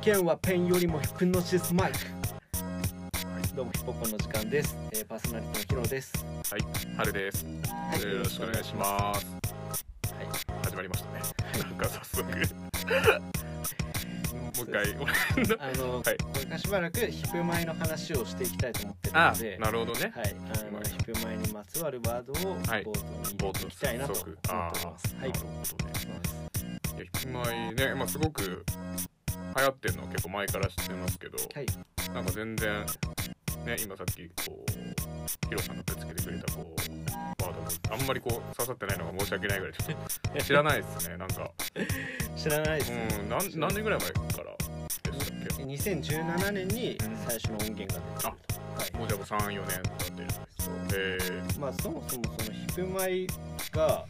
剣はペンよりもヒプノシスマイクどうもヒポコンの時間です、えー、パーソナリティのヒロですはい、春です。はいよろしくお願いします。はい始まりましたね。なんか早 速、もう一回。あの、はいこれからしばらくヒプマイの話をしていきたいと思ってるあので、なるほどね。はい、あのはいヒプマイにまつわるワードをはい冒頭に入れていきたいなと思っておりああます。ー、はないる、ほどね。いや、ひくまいね、まあ、すごく流行ってるのは結構前から知ってますけど、はい、なんか全然、ね、今さっき、こう、ヒロさんがぶつけてくれた、こう、ワードがあんまりこう、刺さってないのが申し訳ないぐらい、ちょっと知らないですね。なんか、 知らないです。うん、なん何年ぐらい前からでしたっけ2017年に最初の音源が出てると、はもうじゃあもう34年経ってるえい、まあそもそもそのヒプマイが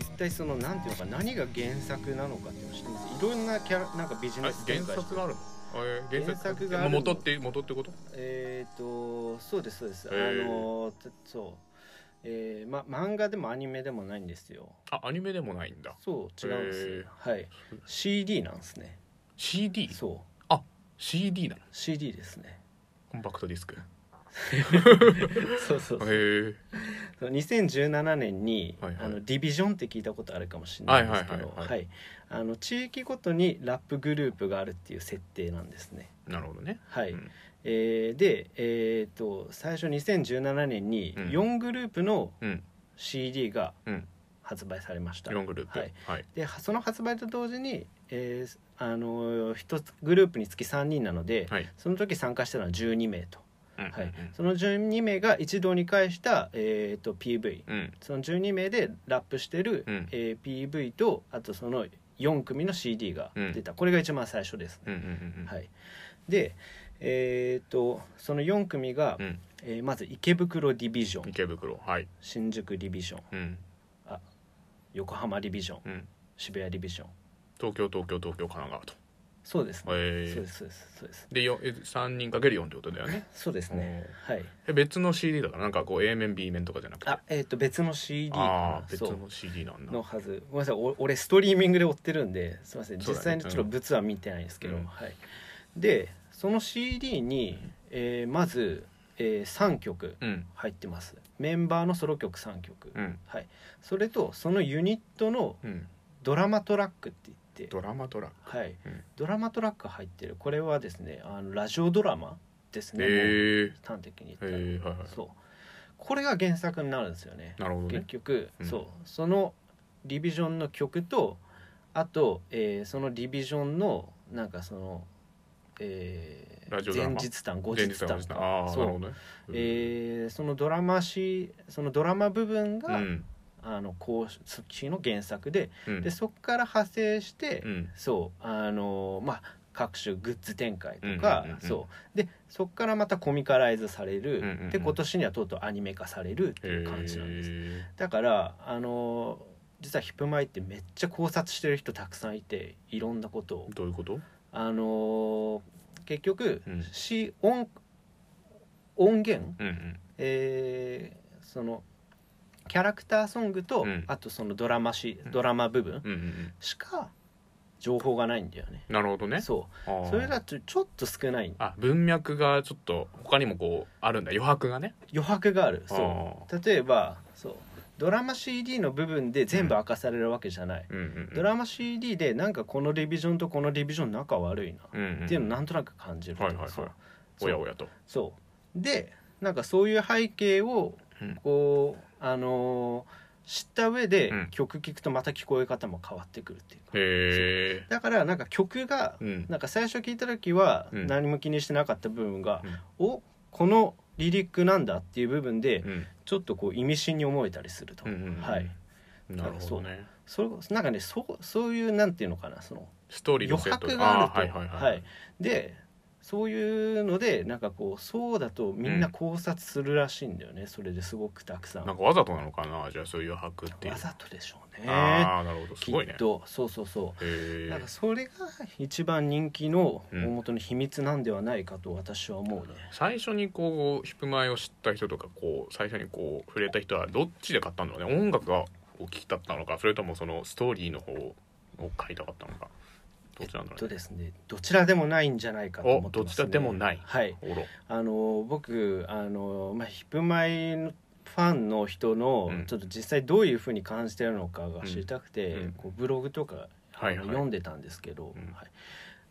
一体そのなんていうのか何が原作なのかっていうのを知ってますいろんなキャラなんかビジー、ネあス展開原作があるのえー原作があるの元って元ってことえっ、とそうですそうです、へーあのつそうえーま、漫画でもアニメでもないんですよあアニメでもないんだそう違うんですよへ、はい CD なんですね CDCD そうなの CD です ねコンパクトディスクへそうそうそえうその2017年に、はいはいあのディビジョンって聞いたことあるかもしれないんですけどはいはいはいははいいあの地域ごとにラップグループがあるっていう設定なんですね。なるほどねはいうんえーで、えー、と最初2017年にうん4グループのうん CD がうん発売されました。 4グループははいい、ではその発売と同時に、えーあの1つグループにつき3人なので、はいその時参加したのは12名と、うんはいその12名が一堂に会した、えー、と PV うんうんその12名でラップしてる、うんえー PV とあとその4組の CD が出た、これが一番最初ですうね、んうんうんはい、でえーっとその4組が、うんえーまず池袋ディビジョン池袋はい新宿ディビジョンうん横浜ディビジョンうん渋谷ディビジョン東京東京東京神奈川とそうですね、へえそうですそうですそうですでよえ3人かける4ってことだ よねそうですねはいえ別の CD だからなんかこう A 面 B 面とかじゃなくてあえーっと別の CD かあなー別そうの CD なんだのはずごめんなさいお俺ストリーミングで追ってるんですいませんそう実際だねにちょっと物は見てないんですけど、うんはい、でその CD に、えーまず、え3曲うん入ってますメンバーのソロ曲3曲、うんはい、それとそのユニットのうんドラマトラックって言って、ドラマトラックはいうん、ドラマトラックが入ってるこれはですねあのラジオドラマですね、もうへえ端的に言ったら、へえはいはそうこれが原作になるんですよねいなるほど結ね局、うんそうそのリビジョンの曲とあと、えーそのリビジョンのなんかその、えーラジオドラマ前日談後前日日談話したああーそなうるほどねえーそのドラマしそのドラマ部分うが、んあの公式の原作で,、うんでそこから派生して、うんそうあのーまあ各種グッズ展開とか、うんうんうんうんそうでそこからまたコミカライズされる、うんうんうんで今年にはとうとうアニメ化されるっていう感じなんですへだからあのー実はヒップマイってめっちゃ考察してる人たくさんいていろんなことをえどういうことあのー結局、うんし音音源、うんうんえーそのキャラクターソングと、うんあとそのドラマしうんドラマ部分うんうんうんしか情報がないんだよねなるほどねそうあーそれだとちょっと少ないあ文脈がちょっと他にもこうあるんだ余白がね余白があるそあう例えばそうドラマ CD の部分で全部明かされるわけじゃない、ーうんうんうんドラマ CD でなんかこのレビジョンとこのレビジョン仲悪いなうんうんっていうのなんとなく感じると、はいはいはいそうおやおやとそうでなんかそういう背景をうんこう、あのー知った上で、うん曲聴くとまた聞こえ方も変わってくるっていうかへえだからなんか曲が、うんなんか最初聞いた時はうん何も気にしてなかった部分が、おこのリリックなんだっていう部分でうんちょっとこう意味深に思えたりすると、うんうんうんはいなるほどねそなんかねそうそういうなんていうのかなそのストーリーの余セット白があーるとはいはいはいでそういうのでなんかこうそうだとみんな考察するらしいんだよね、それですごくたくさんなんかわざとなのかなじゃあそういう余白っていうわざとでしょうねああなるほどすごいきねっとそうそうそへうえなんかそれが一番人気のうん大元の秘密なんではないかと私は思うね、最初にこうヒップマイを知った人とかこう最初にこう触れた人はどっちで買ったんだろうね音楽がお聞きだったのかそれともそのストーリーの方を買いたかったのかどっちなんだえっろとうねですねどちらでもないんじゃないかと思おってどまちす、ね、らでもないはいおろあの僕あの、まあ、ヒップマイのファンの人の、うんちょっと実際どういうふうに感じてるのかが知りたくて、うんうんこうブログとか、あのはいはい読んでたんですけど、うんはい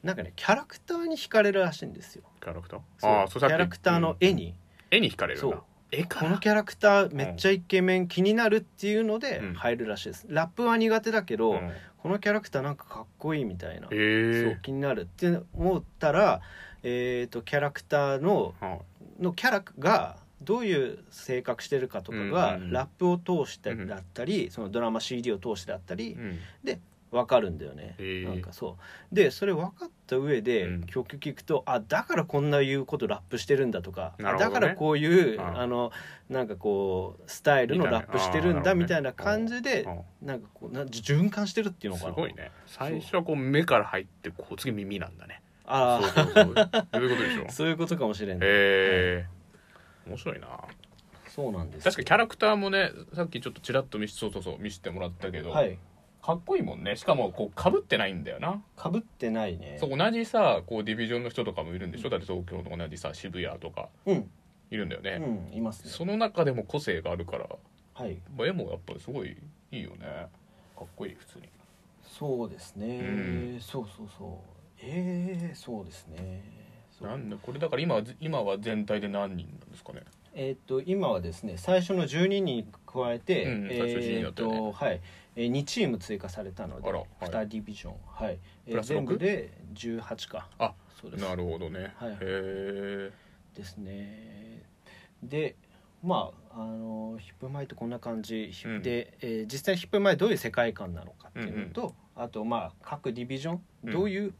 なんかねキャラクターに惹かれるらしいんですよ。キャラクターそうああーそキうさっきャラクターの絵に、絵に惹かれるそんうだ絵かこのらキャラクターめっちゃイケメン気になるっていうのでうん入るらしいです、ラップは苦手だけど、うんこのキャラクターなんかかっこいいみたいな、そうえ気になるって思ったら、えー、とキャラクターのえはいのキャラがどういう性格してるかとかが、うんうんうんラップを通してうんだったり、そのドラマ CD を通してだったりうん分かるんだよね、へえなんかそうでそれ分かった上で、うん曲聴くとあだからこんな言うことラップしてるんだとか、なるほだどねからこういう、うんあのなんかこうスタイルのラップしてるんだみみたたいいなな感じで、うんなんかこうな循環してるっていうのかすなごいね最初はこう目から入ってこう次耳なんだねあそうあそうそう そういうことでしょそういうことかもしれない、へえ面白いなそうなんです確かキャラクターもねさっきちょっとちらっと見しそうそうそう見せてもらったけど、はいかっこいいもんねしかもこうかぶってないんだよな、かぶってないねそう同じさこうディビジョンの人とかもいるんでしょだって東京と同じさ渋谷とかうんいるんだよね、うんいますねその中でも個性があるから、はいまあ、絵もやっぱりすごいいいよねかっこいい普通にそうですね、うそうそうそうええそうですねそうなんだこれだから今は今は全体で何人なんですかねえーっと今はですね最初の12人に加えて、うんえ最初12人ーだっったよねとはい、えー、2チーム追加されたのであらはい2ディビジョンはい、えプー、ラス6全部で18かあそうですなるほどね、はいへえですねでまああのヒップマイってこんな感じ、うんで、えー実際ヒップマイどういう世界観なのかっていうのと、あとまあ各ディビジョンうんどういう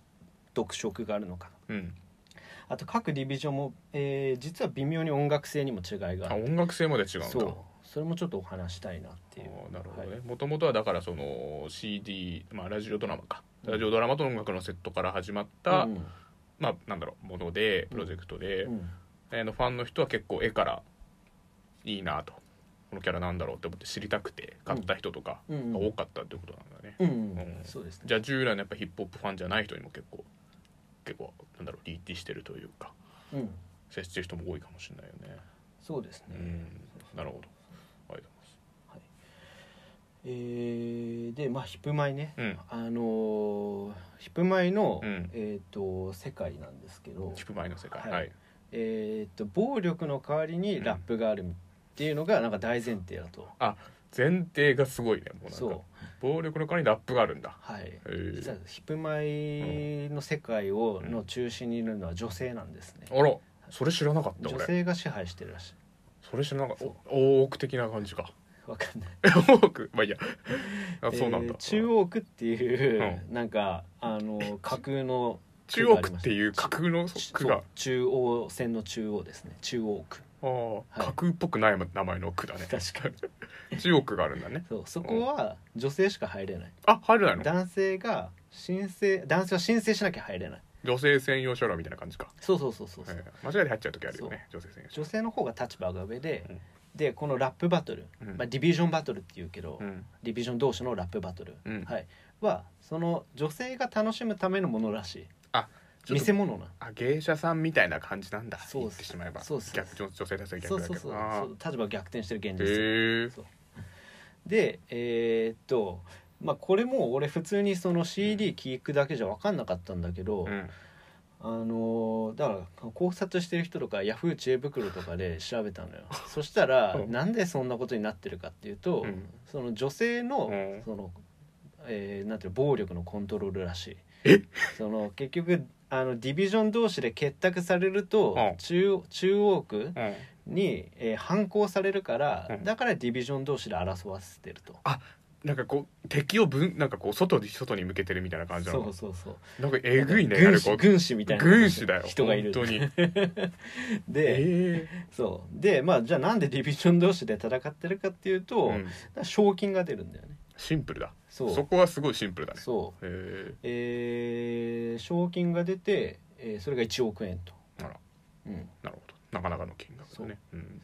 特色があるのか、うんあと各ディビジョンも、えー実は微妙に音楽性にも違いがあある音楽性まで違うんだそうそれもちょっとお話したいなっていうあーなるほどはねもともとはだからその CD、まあ、ラジオドラマかラジオドラマと音楽のセットから始まった、うんまあなんだろうものでプロジェクトで、うんえーのファンの人は結構絵からいいなとこのキャラなんだろうって思って知りたくて買った人とかうんが多かったってことなんだね、うんうんそうですねじゃあ従来のやっぱヒップホップファンじゃない人にも結構結構なんだろうリーチしてるというかうん接してる人も多いかもしれないよねそうですうね、んなるほどありがとうえーでまあヒップマイね、うんあのーヒップマイの、うんえっ、と世界なんですけございどますヒップマイの世界ははいい、えー、と暴力の代わりにラップがあるっていうのがなんか大前提だと、前提がすごいねもうなんかそう暴力の代わりにラップがあるんだはいへー実はヒップマイの世界をの中心にいるのは女性なんですね、あらそれ知らなかった女俺性が支配してるらしいそれ知らなかったそう大奥的な感じか わかんない大奥まあいい やあそうなんえだ、ー中央区っていう、うなんかあの架空の中央区っていう架空のち区そがう中央線の中央ですね中央区あー、い架空っぽくない名前の 区だね確か に中央区があるんだねそうそこは女性しか入れないあ入れないの男性が申請男性は申請しなきゃ入れない女性専用書欄みたいな感じか、そうそうそうそうそう、えー間違えて入っちゃう時あるよね女性専用書女性の方が立場が上で、うんでこのラップバトル、うんまあ、ディビジョンバトルっていうけど、うんディビジョン同士のラップバトル、うんはい、はその女性が楽しむためのものらしいあちょ見っせと物なあ芸者さんみたいな感じなんだそう言っっすてしまえばそうっす逆女女性たちそは逆うそだけうどそうあそう立場が逆転してる現ー実へえでえーっとまあこれも俺普通にその CD 聴くだけじゃ分かんなかったんだけど、うんあのーだから考察してる人とかヤフー知恵袋とかで調べた のよそしたら、うんなんでそんなことになってるかっていうと、うんその女性の、うんその、えーなんていうの暴力のコントロールらしいえその結局あのディビジョン同士で結託されると、うん中中央区うんに、えー反抗されるから、うんだからディビジョン同士で争わせてると。なんかこう敵をぶんなんかこう外に外に向けてるみたいな感じなそうのそうそうなんかえぐいねや軍る師こ軍師みたいな軍師だよ人がいる本当に で、えそうでまあじゃあなんでディビジョン同士で戦ってるかっていうと、うん賞金が出るんだよねシンプルだそうそこはすごいシンプルだねそうへえー賞金が出て、えーそれが1億円と、えあらうん、なるほどなかなかの金額だねうん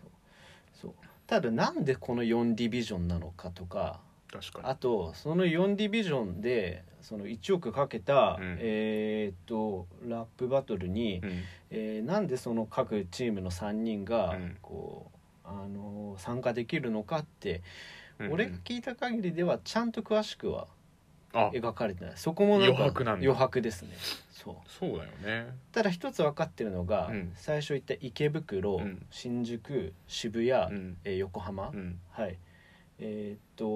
そうただなんでこの4ディビジョンなのかとか確かあとその4ディビジョンでその1億かけた、うんえーっとラップバトルに、に、うん、えーなんでその各チームの3人がうんこう、あのー参加できるのかって、うん俺が聞いた限りではちゃんと詳しくはあ描かれてないそこもなんか余白なんだ白ですねそうそうだよねただ一つ分かってるのが、うん最初言った池袋、うん新宿渋谷、うんえー横浜、うんはいえーっと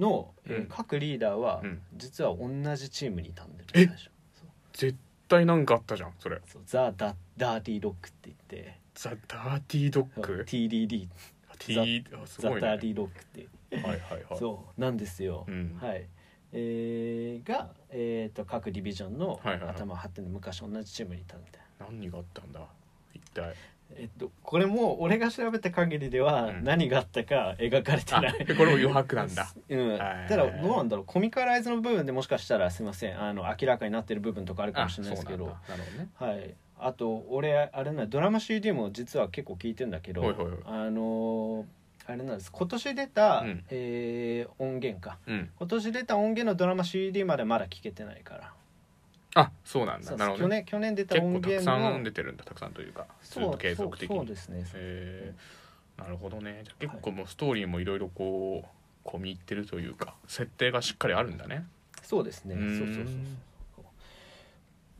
の、えーうん各リーダーは、うん実は同じチームにいたんでえ最初そう絶対なんかあったじゃんそれそうザ・ダ・ダーティー・ロックって言ってザ・ダーティードッそうグ TDD ティーあすザ・ごいねはダーテいィー・ロックってはいはいそうなんですよ、うんはいえーが、えー、と各ディビジョンのはいはいはい頭を張ってる昔同じチームにいたみたいな。何があったんだ一体えっと、これも俺が調べた限りではうん何があったか描かれてあない、これも余白な んだうん、はいただどうなんだろうコミカライズの部分でもしかしたらすいませんあの明らかになってる部分とかあるかもしれないですけあどそうなんだなるほどねはい、あと俺あれなドラマ CD も実は結構聞いてんだけどほいほいほいあのーあれなんです今年出た、うんえー音源かうん今年出た音源のドラマ CD までまだ聞けてないからあそうなんそだうなるほ去どね年去年出た結音構たく源さのん出てるんだたくさんというかずっそうと継続的そうそうにですねへえなるほどねじゃあ結構もうストーリーもいろいろこう込み入ってるというか設定がしっかりあるんだねそうですねうーんそうそうそうそう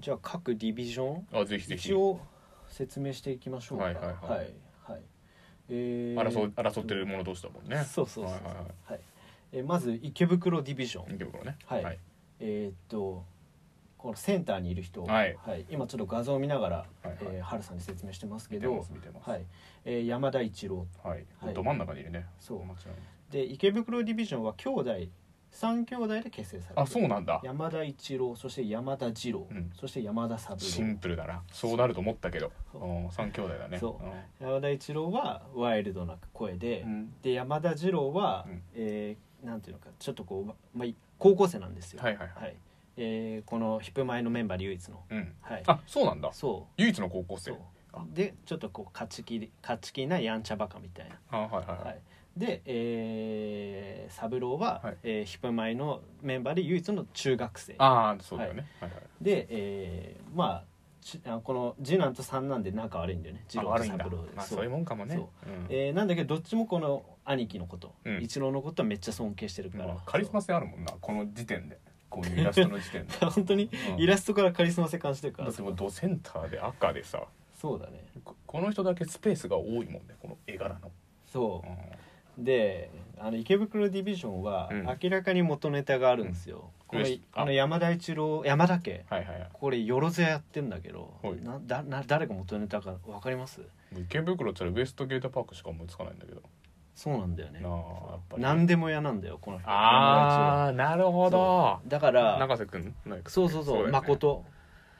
じゃあ各ディビジョンあぜひぜひ一応説明していきましょうかはいはいはいはいえー争う争ってるもの同士だもんねそうそうそうそうはいはいははいえーまず池袋ディビジョン池袋ねはいえーっとこのセンターにいる人、はい今ちょっと画像を見ながら、いはいえー、春さんに説明してますけ見てどます、見てますはいえー山田一郎はいはいど真ん中にいるねそう間違いないで池袋ディビジョンは兄弟3兄弟で結成されてるあそうなんだ山田一郎そして山田二郎、うんそして山田三シ郎ンプルだなそうなると思ったけどそううん三兄弟だねそうん山田一郎はワイルドな声で、うんで山田二郎は、うんえーなんていうのかちょっとこう、ままあ、高校生なんですよはいはいはいはいえーこのヒップマイのメンバーで唯一のうんはいあそうなんだそ唯一の高校うそ生うあでちょっとこう勝ち気で勝ち気なやんちゃバカみたいなあはいはいははいい、で、えー、サブローは、はいえーヒップマイのメンバーで唯一の中学生ああそうだよねはいはいで、えーまあちあこの次男と三男で仲悪いんだよね次あ郎と悪いん三だ郎でまあそそうういうもんかもねそうんえーなんだけどどっちもこの兄貴のこと、うん一郎のことはめっちゃ尊敬してるかまら、あカリスマ性あるもんなこの時点でこういうイラストの 時点で本当にうんイラストからカリスマ性感じてるかだらってもうドセンターで赤でさそうだねここの人だけスペースが多いもんねこの絵柄の、そううんであの池袋ディビジョンはうん明らかに元ネタがあるんですよ、うんこよれしああの山田一郎山田家はいはいはこれよろずややってんだけど、はいなだな誰が元ネタか分かりますい池袋って言ったらウエストゲートパークしか思いつかないんだけどそうなんだよねなあやっぱり何でも嫌なんだよこの人ああなるほどそうだから永瀬くんなんかそうそうそうだよね誠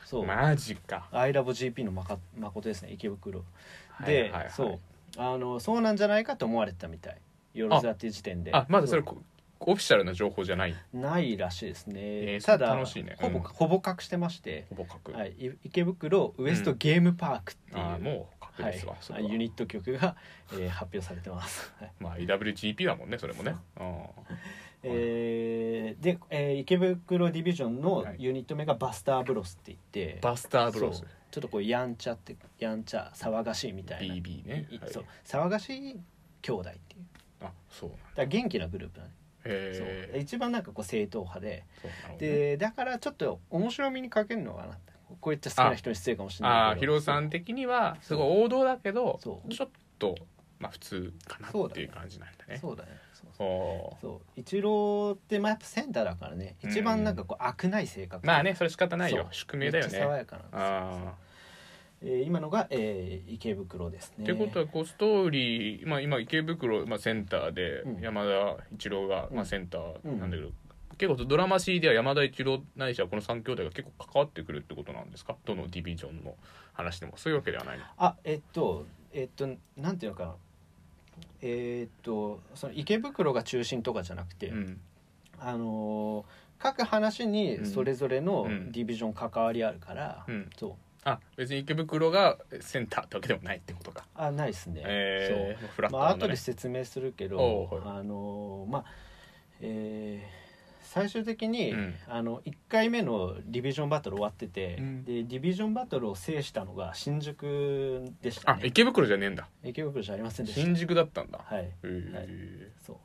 そう、マジかアイラボ GP のまか誠ですね池袋で、はいはいはいそうあのそうなんじゃないかと思われてたみたいよろずやっていう時点であまだそれうこオフィシャルな情報じゃないないらしいですね、えーただ楽しいねほぼうんほぼ隠してまして、ほぼ書く、はい、い池袋ウエストゲームパークっていう、ああもう書くはですわ、それい、はユニット曲が、えー発表されてます、はいまあ EWGP だもんねそれもねえーで、えー池袋ディビジョンのユニット名がバスターブロスって言っうてん、バスターブロスそうちょっとこうやんちゃってやんちゃ騒がしいみたいな、 BB ねいはいそう騒がしい兄弟っていうあそうなんだだから元気なグループだね、へそうえ一番なんかこう正統派で、そうなるほどねでだからちょっと面白みに欠けるのかなってこういった好きな人に失礼かもしれあなあいヒけどロさん的にはすごい王道だけどちょそうっとまあ普通かなっていう感じなんだねそうだねそうそうそそう一郎ってまあやっぱセンターだからね一番なんかこう悪ない性格うまあねそれ仕方ないよそう宿命だよめっちゃ爽ねやかなんですよあえー今のが、えー池袋ですあね。ってことはこうストーリー、まあ、今池袋、まあ、センターでうん山田一郎が、うんまあ、センターなんだけど、結構ドラマ C では山田一郎ないしはこの3兄弟が結構関わってくるってことなんですかどのディビジョンの話でもそういうわけではないのあえっとえっとなんていうのかなえっとその池袋が中心とかじゃなくて、うんあのー各話にそれぞれのうんディビジョン関わりあるから、うんそうあ別に池袋がセンターってわけでもないってことかあないですね。えー、フそラうッまトあなんだ後ねで説明するけおどうはいあのーまあえー最終的に、うんあの1回目のディビジョンバトル終わってて、うんでディビジョンバトルを制したのが新宿でしたあね池袋じゃねえんだ影響力じゃありませんでした新宿だったんだはいへはいえそう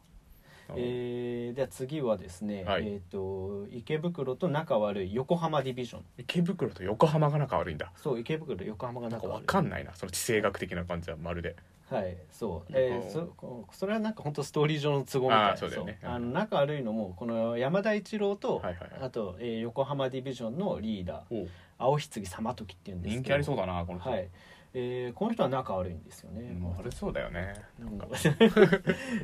えー、では次はですね、はいえー、と池袋と仲悪い横浜ディビジョン池袋と横浜が仲悪いんだそう池袋と横浜がなん仲か悪わいかんないなその地政学的な感じはまるではいそう、横えー、そこそれはなんか本当ストーリー上の都合みたいあなーそうだよねそううんあの仲悪いのもこの山田一郎と、はいはいはいあと、えー横浜ディビジョンのリーダーおう青棺様時っていうんですけど人気ありそうだなこの人はい、えーこの人は仲悪いんですよね、もうあれそうだよねなんか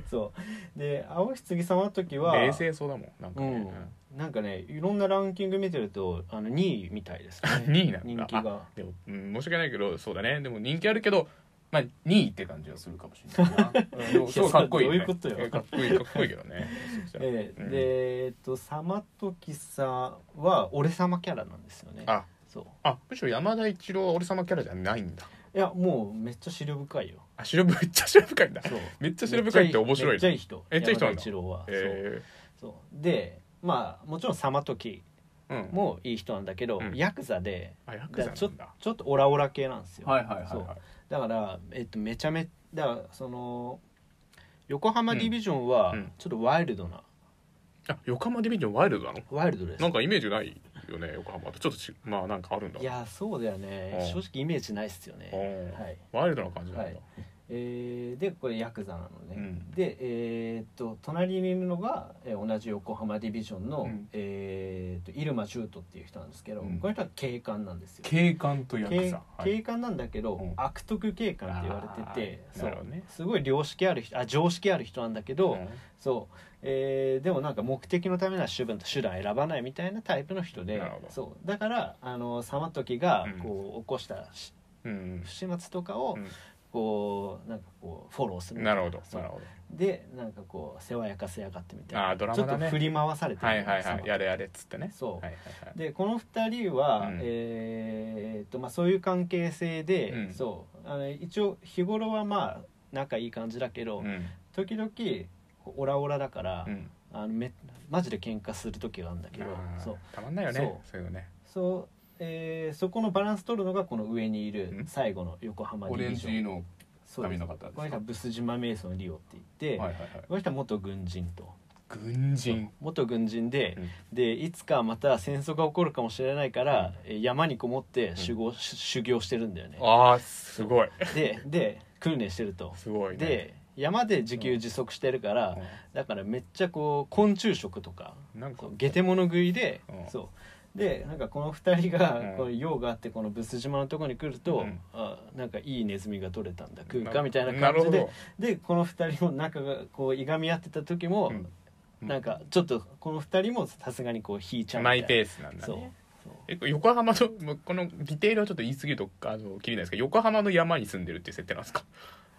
そうで青棺様時は冷静そうだもんなんかうねん、なんかねいろんなランキング見てるとあの2位みたいです うんね2位なん人だ気があでも、うん、申し訳ないけどそうだねでも人気あるけどまあ2位って感じはするかもし れないなうんでもすごいかっこいい、ね、いやそれどういうことよえかっこいいかっこいいけどねそうしたらええうんでえっと様時さんは俺様キャラなんですよねあそうあむしろ山田一郎は俺様キャラじゃないんだいやもうめっちゃ視力深いよあ白ぶめっちゃ白深いんだ そうめっちゃ白深いって面白めいっちゃねいい人めっちゃいい人な山んだ田一郎は、えそうそうでまあもちろん様時えうんもいい人なんだけど、うんヤクザであヤクだかザならんちょだちょっとオラオラ系なんですよ、はいはいはいそうはいだから、えっと、めちゃめちゃだからその横浜ディビジョンはうんうんちょっとワイルドな、あ横浜ディビジョンワイルドなのワイルドですなんかイメージないよね横浜とちょっとちまあなんかあるんだいやそうだよねうん正直イメージないっすようね、んはいワイルドな感じなんだ、はいえーでこれヤクザなのね、うんでえーっと隣にいるのが、えー同じ横浜ディビジョンの、うんえーっと入間ートっていう人なんですけど、うんこの人は警官なんですよ警官とヤク警ザ、はい警官なんだけど、うん悪徳警官って言われててあーそなるほうどねすごい良識ある人あ常識ある人なんだけど、うんそう、えーでもなんか目的のためなら手段と手段選ばないみたいなタイプの人でなるほどそうだからあのサマトキがうんこう起こしたしうん不始末とかをうんこうなんかこうフォローするみたないるほどそうなるほでなんかこう世話焼かせやがってみたいあなードラマだねちょっと振り回されてどはいはいサマはトいキやれやれっつってねそうはいはいはいでこの2人は、うんえーっとまあ、そういう関係性で、うんそうあの一応日頃はまあ仲いい感じだけど、うん時々オラオラだから、うんあのめマジで喧嘩する時があるんだけどあーそうたまんないよねそうそういうのねそう、えーそこのバランス取るのがこの上にいうるん最後の横浜オレンジのそうで髪すの方でこすかの人はブス島メイソンリオって言って、はいはいはいこの人は元軍人と軍人元軍人で、うんでいつかまた戦争が起こるかもしれないから、えー山にこもって修行,、修行してるんだよねああすごいでで訓練してるとすごいねで山で自給自足してるから、だからめっちゃこう昆虫食とかうんなんかそう下手物食いで、うんそうでなんかこの2人が、うんこの用があってこのブス島のとこに来ると、うんあなんかいいネズミが取れたんだ食うなかみたいなな感るじほでどでこの2人も仲がこういがみ合ってた時も、うんうんなんかちょっとこの2人もさすがにこう引いちゃうみたマいイなペースなんだそうねえ横浜の もうこのディテールはちょっと言い過ぎるとあの切りないですけど横浜の山に住んでるっていう設定なんですか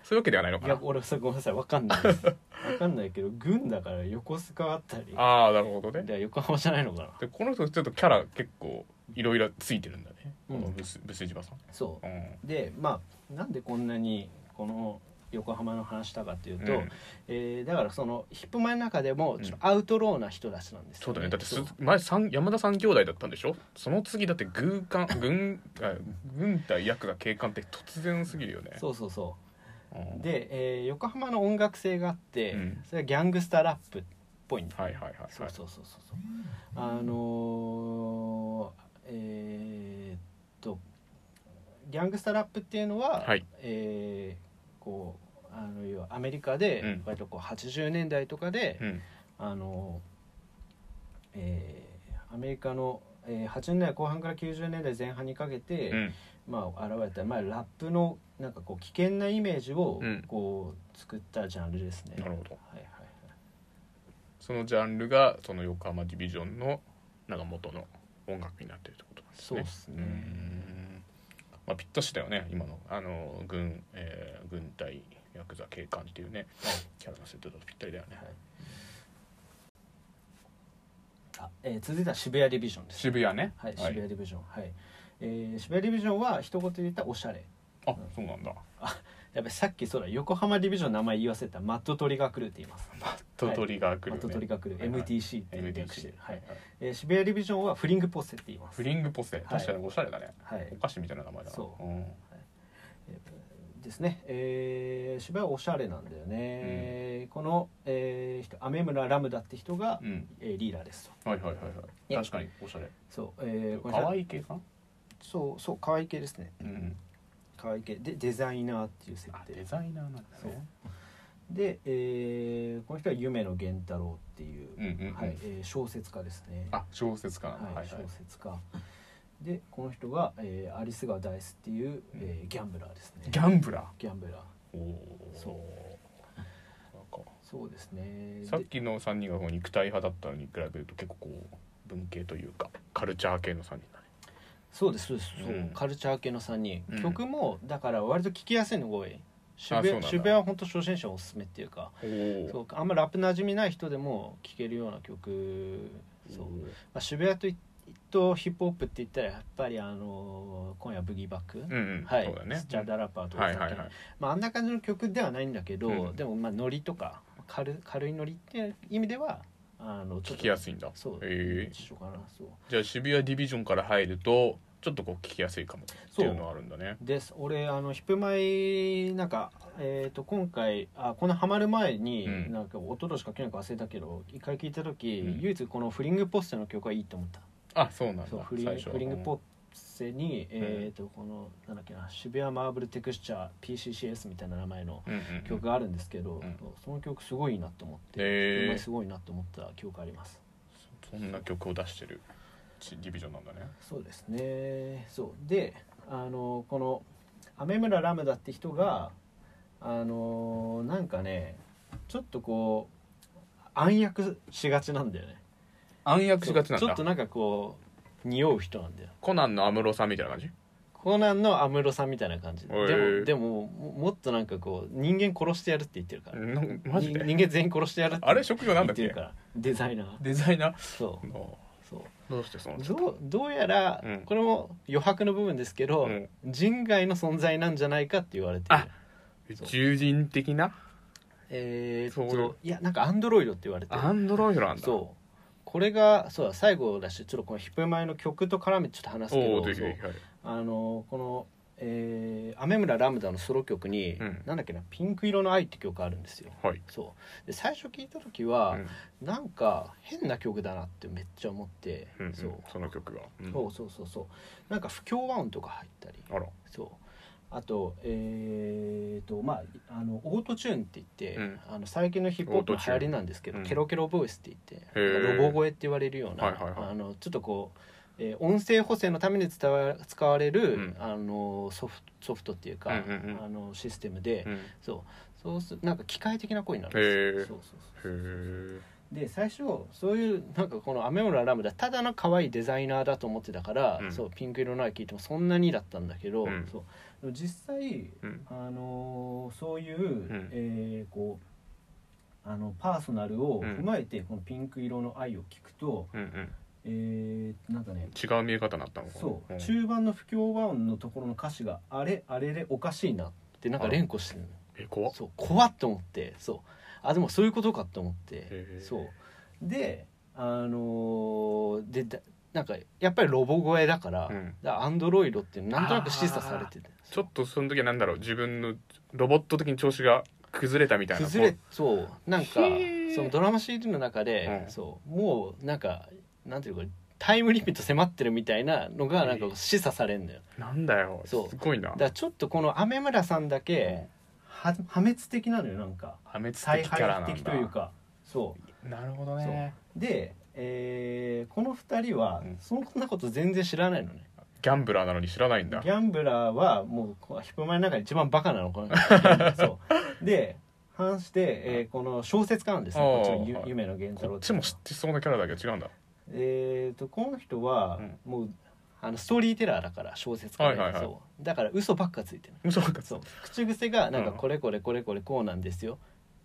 そういうわけではないのそうかいやな俺さごめんなさいわかんないですわかんないけど軍だから横須賀あったりああなるほどねで横浜じゃないのかなでこの人ちょっとキャラ結構いろいろついてるんだねうこんのブス,、ブス島さん、そううんでまあなんでこんなにこの横浜の話したかっていうと、うんえーだからそのヒップマイの中でもちょっとアウトローな人たちなんですそよ、うだねだってすそう前三山田三兄弟だったんでしょその次だって軍 艦軍あ軍隊役が警官って突然すぎるよねそうそうそうんうで、えー横浜の音楽性があって、うんそれはギャングスターラップっぽいんだ、はいはいはいはいそうそうそうそうそうあのーえーっとギャングスターラップっていうのは、はいえーこうあの要はアメリカで、うん割とこう80年代とかで、うんあの、えーアメリカの、えー80年代後半から90年代前半にかけて、うんまあ、現れた、まあ、ラップのなんかこう危険なイメージをうんこう作ったジャンルですね。なるほどはいはいはいそのジャンルがその横浜ディビジョンのなんか元の音楽になってるってことなんですそうね。ですうーね。んまあぴったしだよね今のあの軍、えー軍隊ヤクザ警官っていうねキャラの設定だとぴったりだよねはい。あえー続いては渋谷ディビジョンです。渋谷ね。はい、渋谷ディビジョン。はい。えー渋谷ディビジョンは一言で言ったらおしゃれ。あそうなんだ。あやっぱりさっきそうだ横浜ディビジョンの名前言わせたマット・トリガー・クルーって言いますマットトリガークルマッー、ト・トリガー・クルー、はいはい MTC っていう MTC 略してる、はいはいえー、渋谷ディビジョンはフリング・ポッセって言いますフリングポセ確かにおしゃれだね、はいお菓子みたいな名前だなそうんですね、えー、渋谷はおしゃれなんだよね、この、えー、人雨村ラムダって人が、うん、えーリーダーですとはいはいはいいやはい確かにおしゃれそう、えー、この人可愛い系かなそうそう可愛い系ですねうん可愛い系でデザイナーっていう設あデ定ザイナーなんだそうねで、えー、この人は夢野源太郎っていう、うんうんうんはいえー小説家ですねあ小説家なはんいだはいはい小説家でこの人が、えー、アリス川ダイスっていう、えーギャンブラーですねギャンブラギャンブラーーおおそううそうですねさっできの3人がこう肉体派だったのに比べると結構こう文系というかカルチャー系の3人だねそうですそうです、そううんカルチャー系の3人、うん曲もだから割と聴きやすいのが多い渋そうな谷んだ渋谷は本当初心者おすすめっていうかおそうあんまラップ馴染みない人でも聴けるような曲そう、まあ、渋谷といとヒップホップって言ったらやっぱりあのー今夜ブギーバック、うんうんはいそうだねスチャダラッパーとか、はいはいはいまあ、あんな感じの曲ではないんだけど、うんでもまあノリとか軽軽いノリっていう意味ではあのちょ聞っときやすいんだそう、ええ一緒かなそうじゃあ渋谷ディビジョンから入るとちょっとこう聞きやすいかもっていうのはあるんだねです俺あのヒップマイなんかえっ、と今回あこのハマる前に、うんなんか一昨年か去年か忘れたけど一回聞いた時、うん唯一このフリングポッセの曲はいいと思った、あそうなんだそうフリン最初はフリングポッセに、えっ、とこのなんだっけな渋谷マーブルテクスチャー PCCS みたいな名前のうんうんうん曲があるんですけど、んその曲すごいなと思って、へーヒップマイすごいなと思った記憶ありますそんな曲を出してるちディビジョンなんだねそうですねそうであのこの雨村ラムダって人があのなんかねちょっとこう暗躍しがちなんだよね暗躍しがちなんちょっだとなんかこう匂う人なんだよコナンの安室さんみたいな感じコナンの安室さんみたいな感じでへもーでもももっとなんかこう人間殺してやるって言ってるからなんマジにで人間全員殺してやるってあれ職業な言んだっってるけからデザイナーデザイナーそうそうどうしてそのどうどうやら、うんこれも余白の部分ですけど、うん人外の存在なんじゃないかって言われてるあ獣人的なえー、そうそういやなんかアンドロイドって言われてるアンドロイドなんだそうこれがそうだ最後だしちょっとこのヒップマイの曲と絡めてちょっと話すけおどおぜひそうぜひはいあのこの、えー、雨村ラムダのソロ曲に、うんなんだっけな「ピンク色の愛」って曲あるんですよはいそうで最初聞いた時は、うんなんか変な曲だなってめっちゃ思って、うんうんそうその曲がうんそうそうそうそうなんか不協和音とか入ったりあらそうあとえー、とまああのオートチューンって言って、うんあの最近のヒップホップのオート流チュー行ンりなんですけど、うんケロケロボイスって言ってへーなんかロボ声って言われるような、はいはいはいあのちょっとこう、えー音声補正のために伝わ使われる、うんあのソフトソフトっていうか、うんうんうんあのシステムで、うんへそうそうすなんか機械的な声になるんですへよーそうそうそうえで最初そういうなんかこの雨村ラムダただの可愛いデザイナーだと思ってたから、うんそうピンク色の愛聞いてもそんなにだったんだけど、うんそうでも実際、うんあのーそういう、んえーこうあのパーソナルをうん踏まえて、このピンク色の愛を聞くと、うんうんえーなんかね違う見え方になったのかなそう、ん中盤の不協和音のところの歌詞が「あれあれれおかしいな」ってなんか連呼してるの。え怖っそう怖っと思ってそうあでもそういうことかと思ってへーそうであのーでだなんかやっぱりロボ声だから,、うんアンドロイドってなんとなく示唆されててちょっとその時はなんだろう自分のロボット的に調子が崩れたみたいな崩れこそうなんかへーそのドラマ CD の中で、うんそうもうなんかなんていうかタイムリミット迫ってるみたいなのがなんかへー示唆されるんだようなんだよすそうごいなだからちょっとこの雨村さんだうんけ、は破滅的なのよなんか破滅的再キャラな配的んだというかそうなるほどねで、えーこの2人はうんそんなこと全然知らないのね、ギャンブラーなのに知らないんだギャンブラーはもうこうヒップマイの中で一番バカなの この人そうで反して、えーこの小説家なんですねこおーっちのゆはい夢の源太こ郎ってちも知ってそうなキャラだけど違うんだえーとこの人はうんもう、あのストーリーテラーだから小説家で、はいはいはいそうだから嘘ばっかついてる嘘ばっかつそう口癖がなんかうんこれこれこれこれこうなんですよ、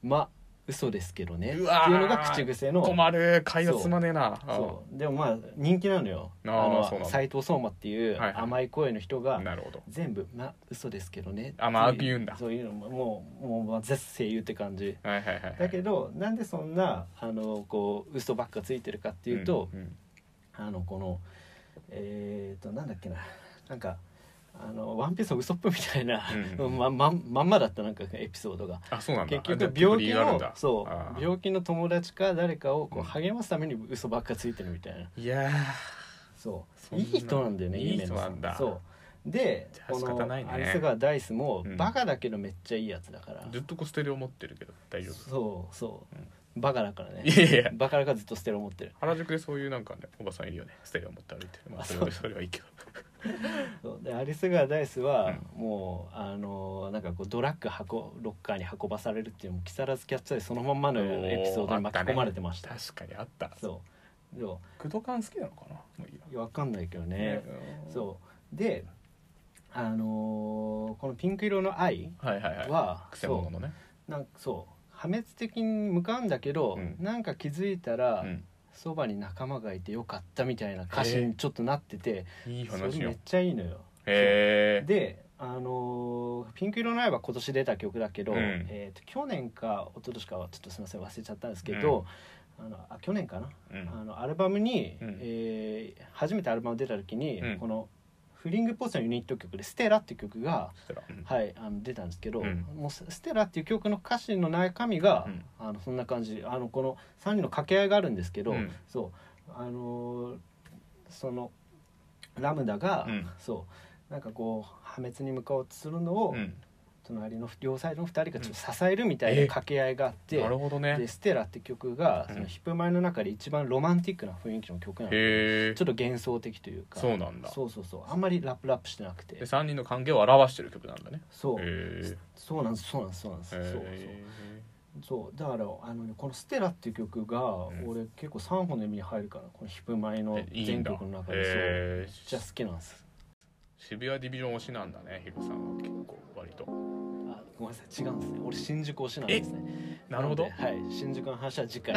ま嘘ですけどねっていううわーのが口癖の困る会話すまねえなそうでもまあ人気なのよああーそうなのんだ斎藤壮馬っていうはいはい甘い声の人あがなるほど全部「まあ嘘ですけどね」あまあっていう言うんだそういうのももうもうまあ絶声優って感じはいはいはいはいだけどなんでそんなあのこう嘘ばっかついてるかっていうと、んんあのこのえっ、となんだっけななんかあの「ワンピースは嘘っぽいみたいな、う んまままんまだったなんかエピソードがあそうなんだ結あじゃあ局病理気由があるんのだそあうー病気の友達か誰かをうこんう励ますために嘘ばっかついてるみたいな、いやーそうそんないい人なんだよねいい夢野さ人なんだそうでじゃあこ仕方ないねのアリス川ダイスもうんバカだけどめっちゃいいやつだから、ずっとこうステレオ持ってるけど大丈夫そうそう、うんバカだからいねやいやいやバカだからずっと捨てる思ってる原宿でそういうなんかねおばさんいるよねステレオ持って歩いてるまああそそれうはそれはいいけどそうでアリス川ダイスはもう、あのーなんかこうドラッグ箱ロッカーに運ばされるっていうもう木更津キャッツアイそのまんまのエピソードに巻き込まれてました確かにあったそうでもクドカン好きなのかなもういいやいやわかんないけどね、うんそうであのーこのピンク色の愛はいはいはいは、くせそ者のねうなんかそう破滅的に向かうんだけど、うんなんか気づいたら、うんそばに仲間がいてよかったみたいな歌詞にちょっとなってて、いいそ話れめよっちゃいいのよへえであのーピンク色の愛は今年出た曲だけど、うんえーと去年か一昨年かはちょっとすみません忘れちゃったんですけど、あのあ去年かな、あのアルバムに、うんえー初めてアルバム出た時に、うんこのフリングポーズのユニット曲で「ステラ」っていう曲が、いはい、あの出たんですけど、うんもうスステラっていう曲の歌詞の中身が、うんあのそんな感じあのこの3人の掛け合いがあるんですけど、うんそうあのーそのラムダが、うんそうなんかこう破滅に向かおうとするのを、うん隣の両サイドの2人がちょっと支えるみたいな掛け合いがあって、なるほどでね「ステラ」って曲が、うんそのヒップマイの中で一番ロマンティックな雰囲気の曲なのちょへえっと幻想的というかそうなんだそうそうそうあんまりラップラップしてなくでて3人の関係を表してる曲なんだねそう、へそうなんですそうなんですそうなんです、えそうそうそうだからあのねこの「ステラ」っていう曲が、ん俺結構3本の指に入るからこのヒップマイのえいいん全だ曲の中でそうめっへちゃえ好きなんです渋谷ディビジョン推しなんだねヒロさんは結構割とあごめんなさい違うんですね俺新宿推しなんですねなるほどのわではい新宿の話は次 回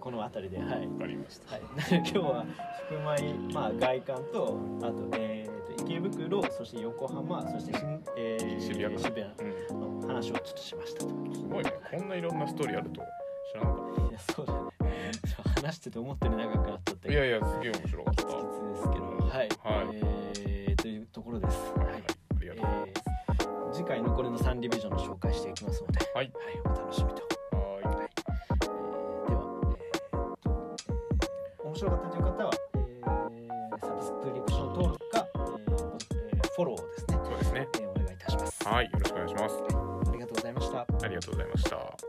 この辺りではい かりましたはい、今日は福米、まあ、外観とあと,、えー、と池袋そして横浜そして新、えー渋谷か渋谷うの話をちょっとしましたとんすごいねこんないろんなストーリーあると知らなかっいやそうだね そう話してて思ったより長くなっちゃったたいやいやすげえ面白かっキたツキはツですけどはい、はえいーというところです、はいいありえがとうー次回残りの3リビジョンの紹介していきますので、はいお楽しみと、はーいえーでは、えーっとえー面白かったという方は、えーサブスクリプション登録か、えーえーフォローですねそうですねえーお願いいたします。はいよろしくお願いしますありがとうございました。ありがとうございました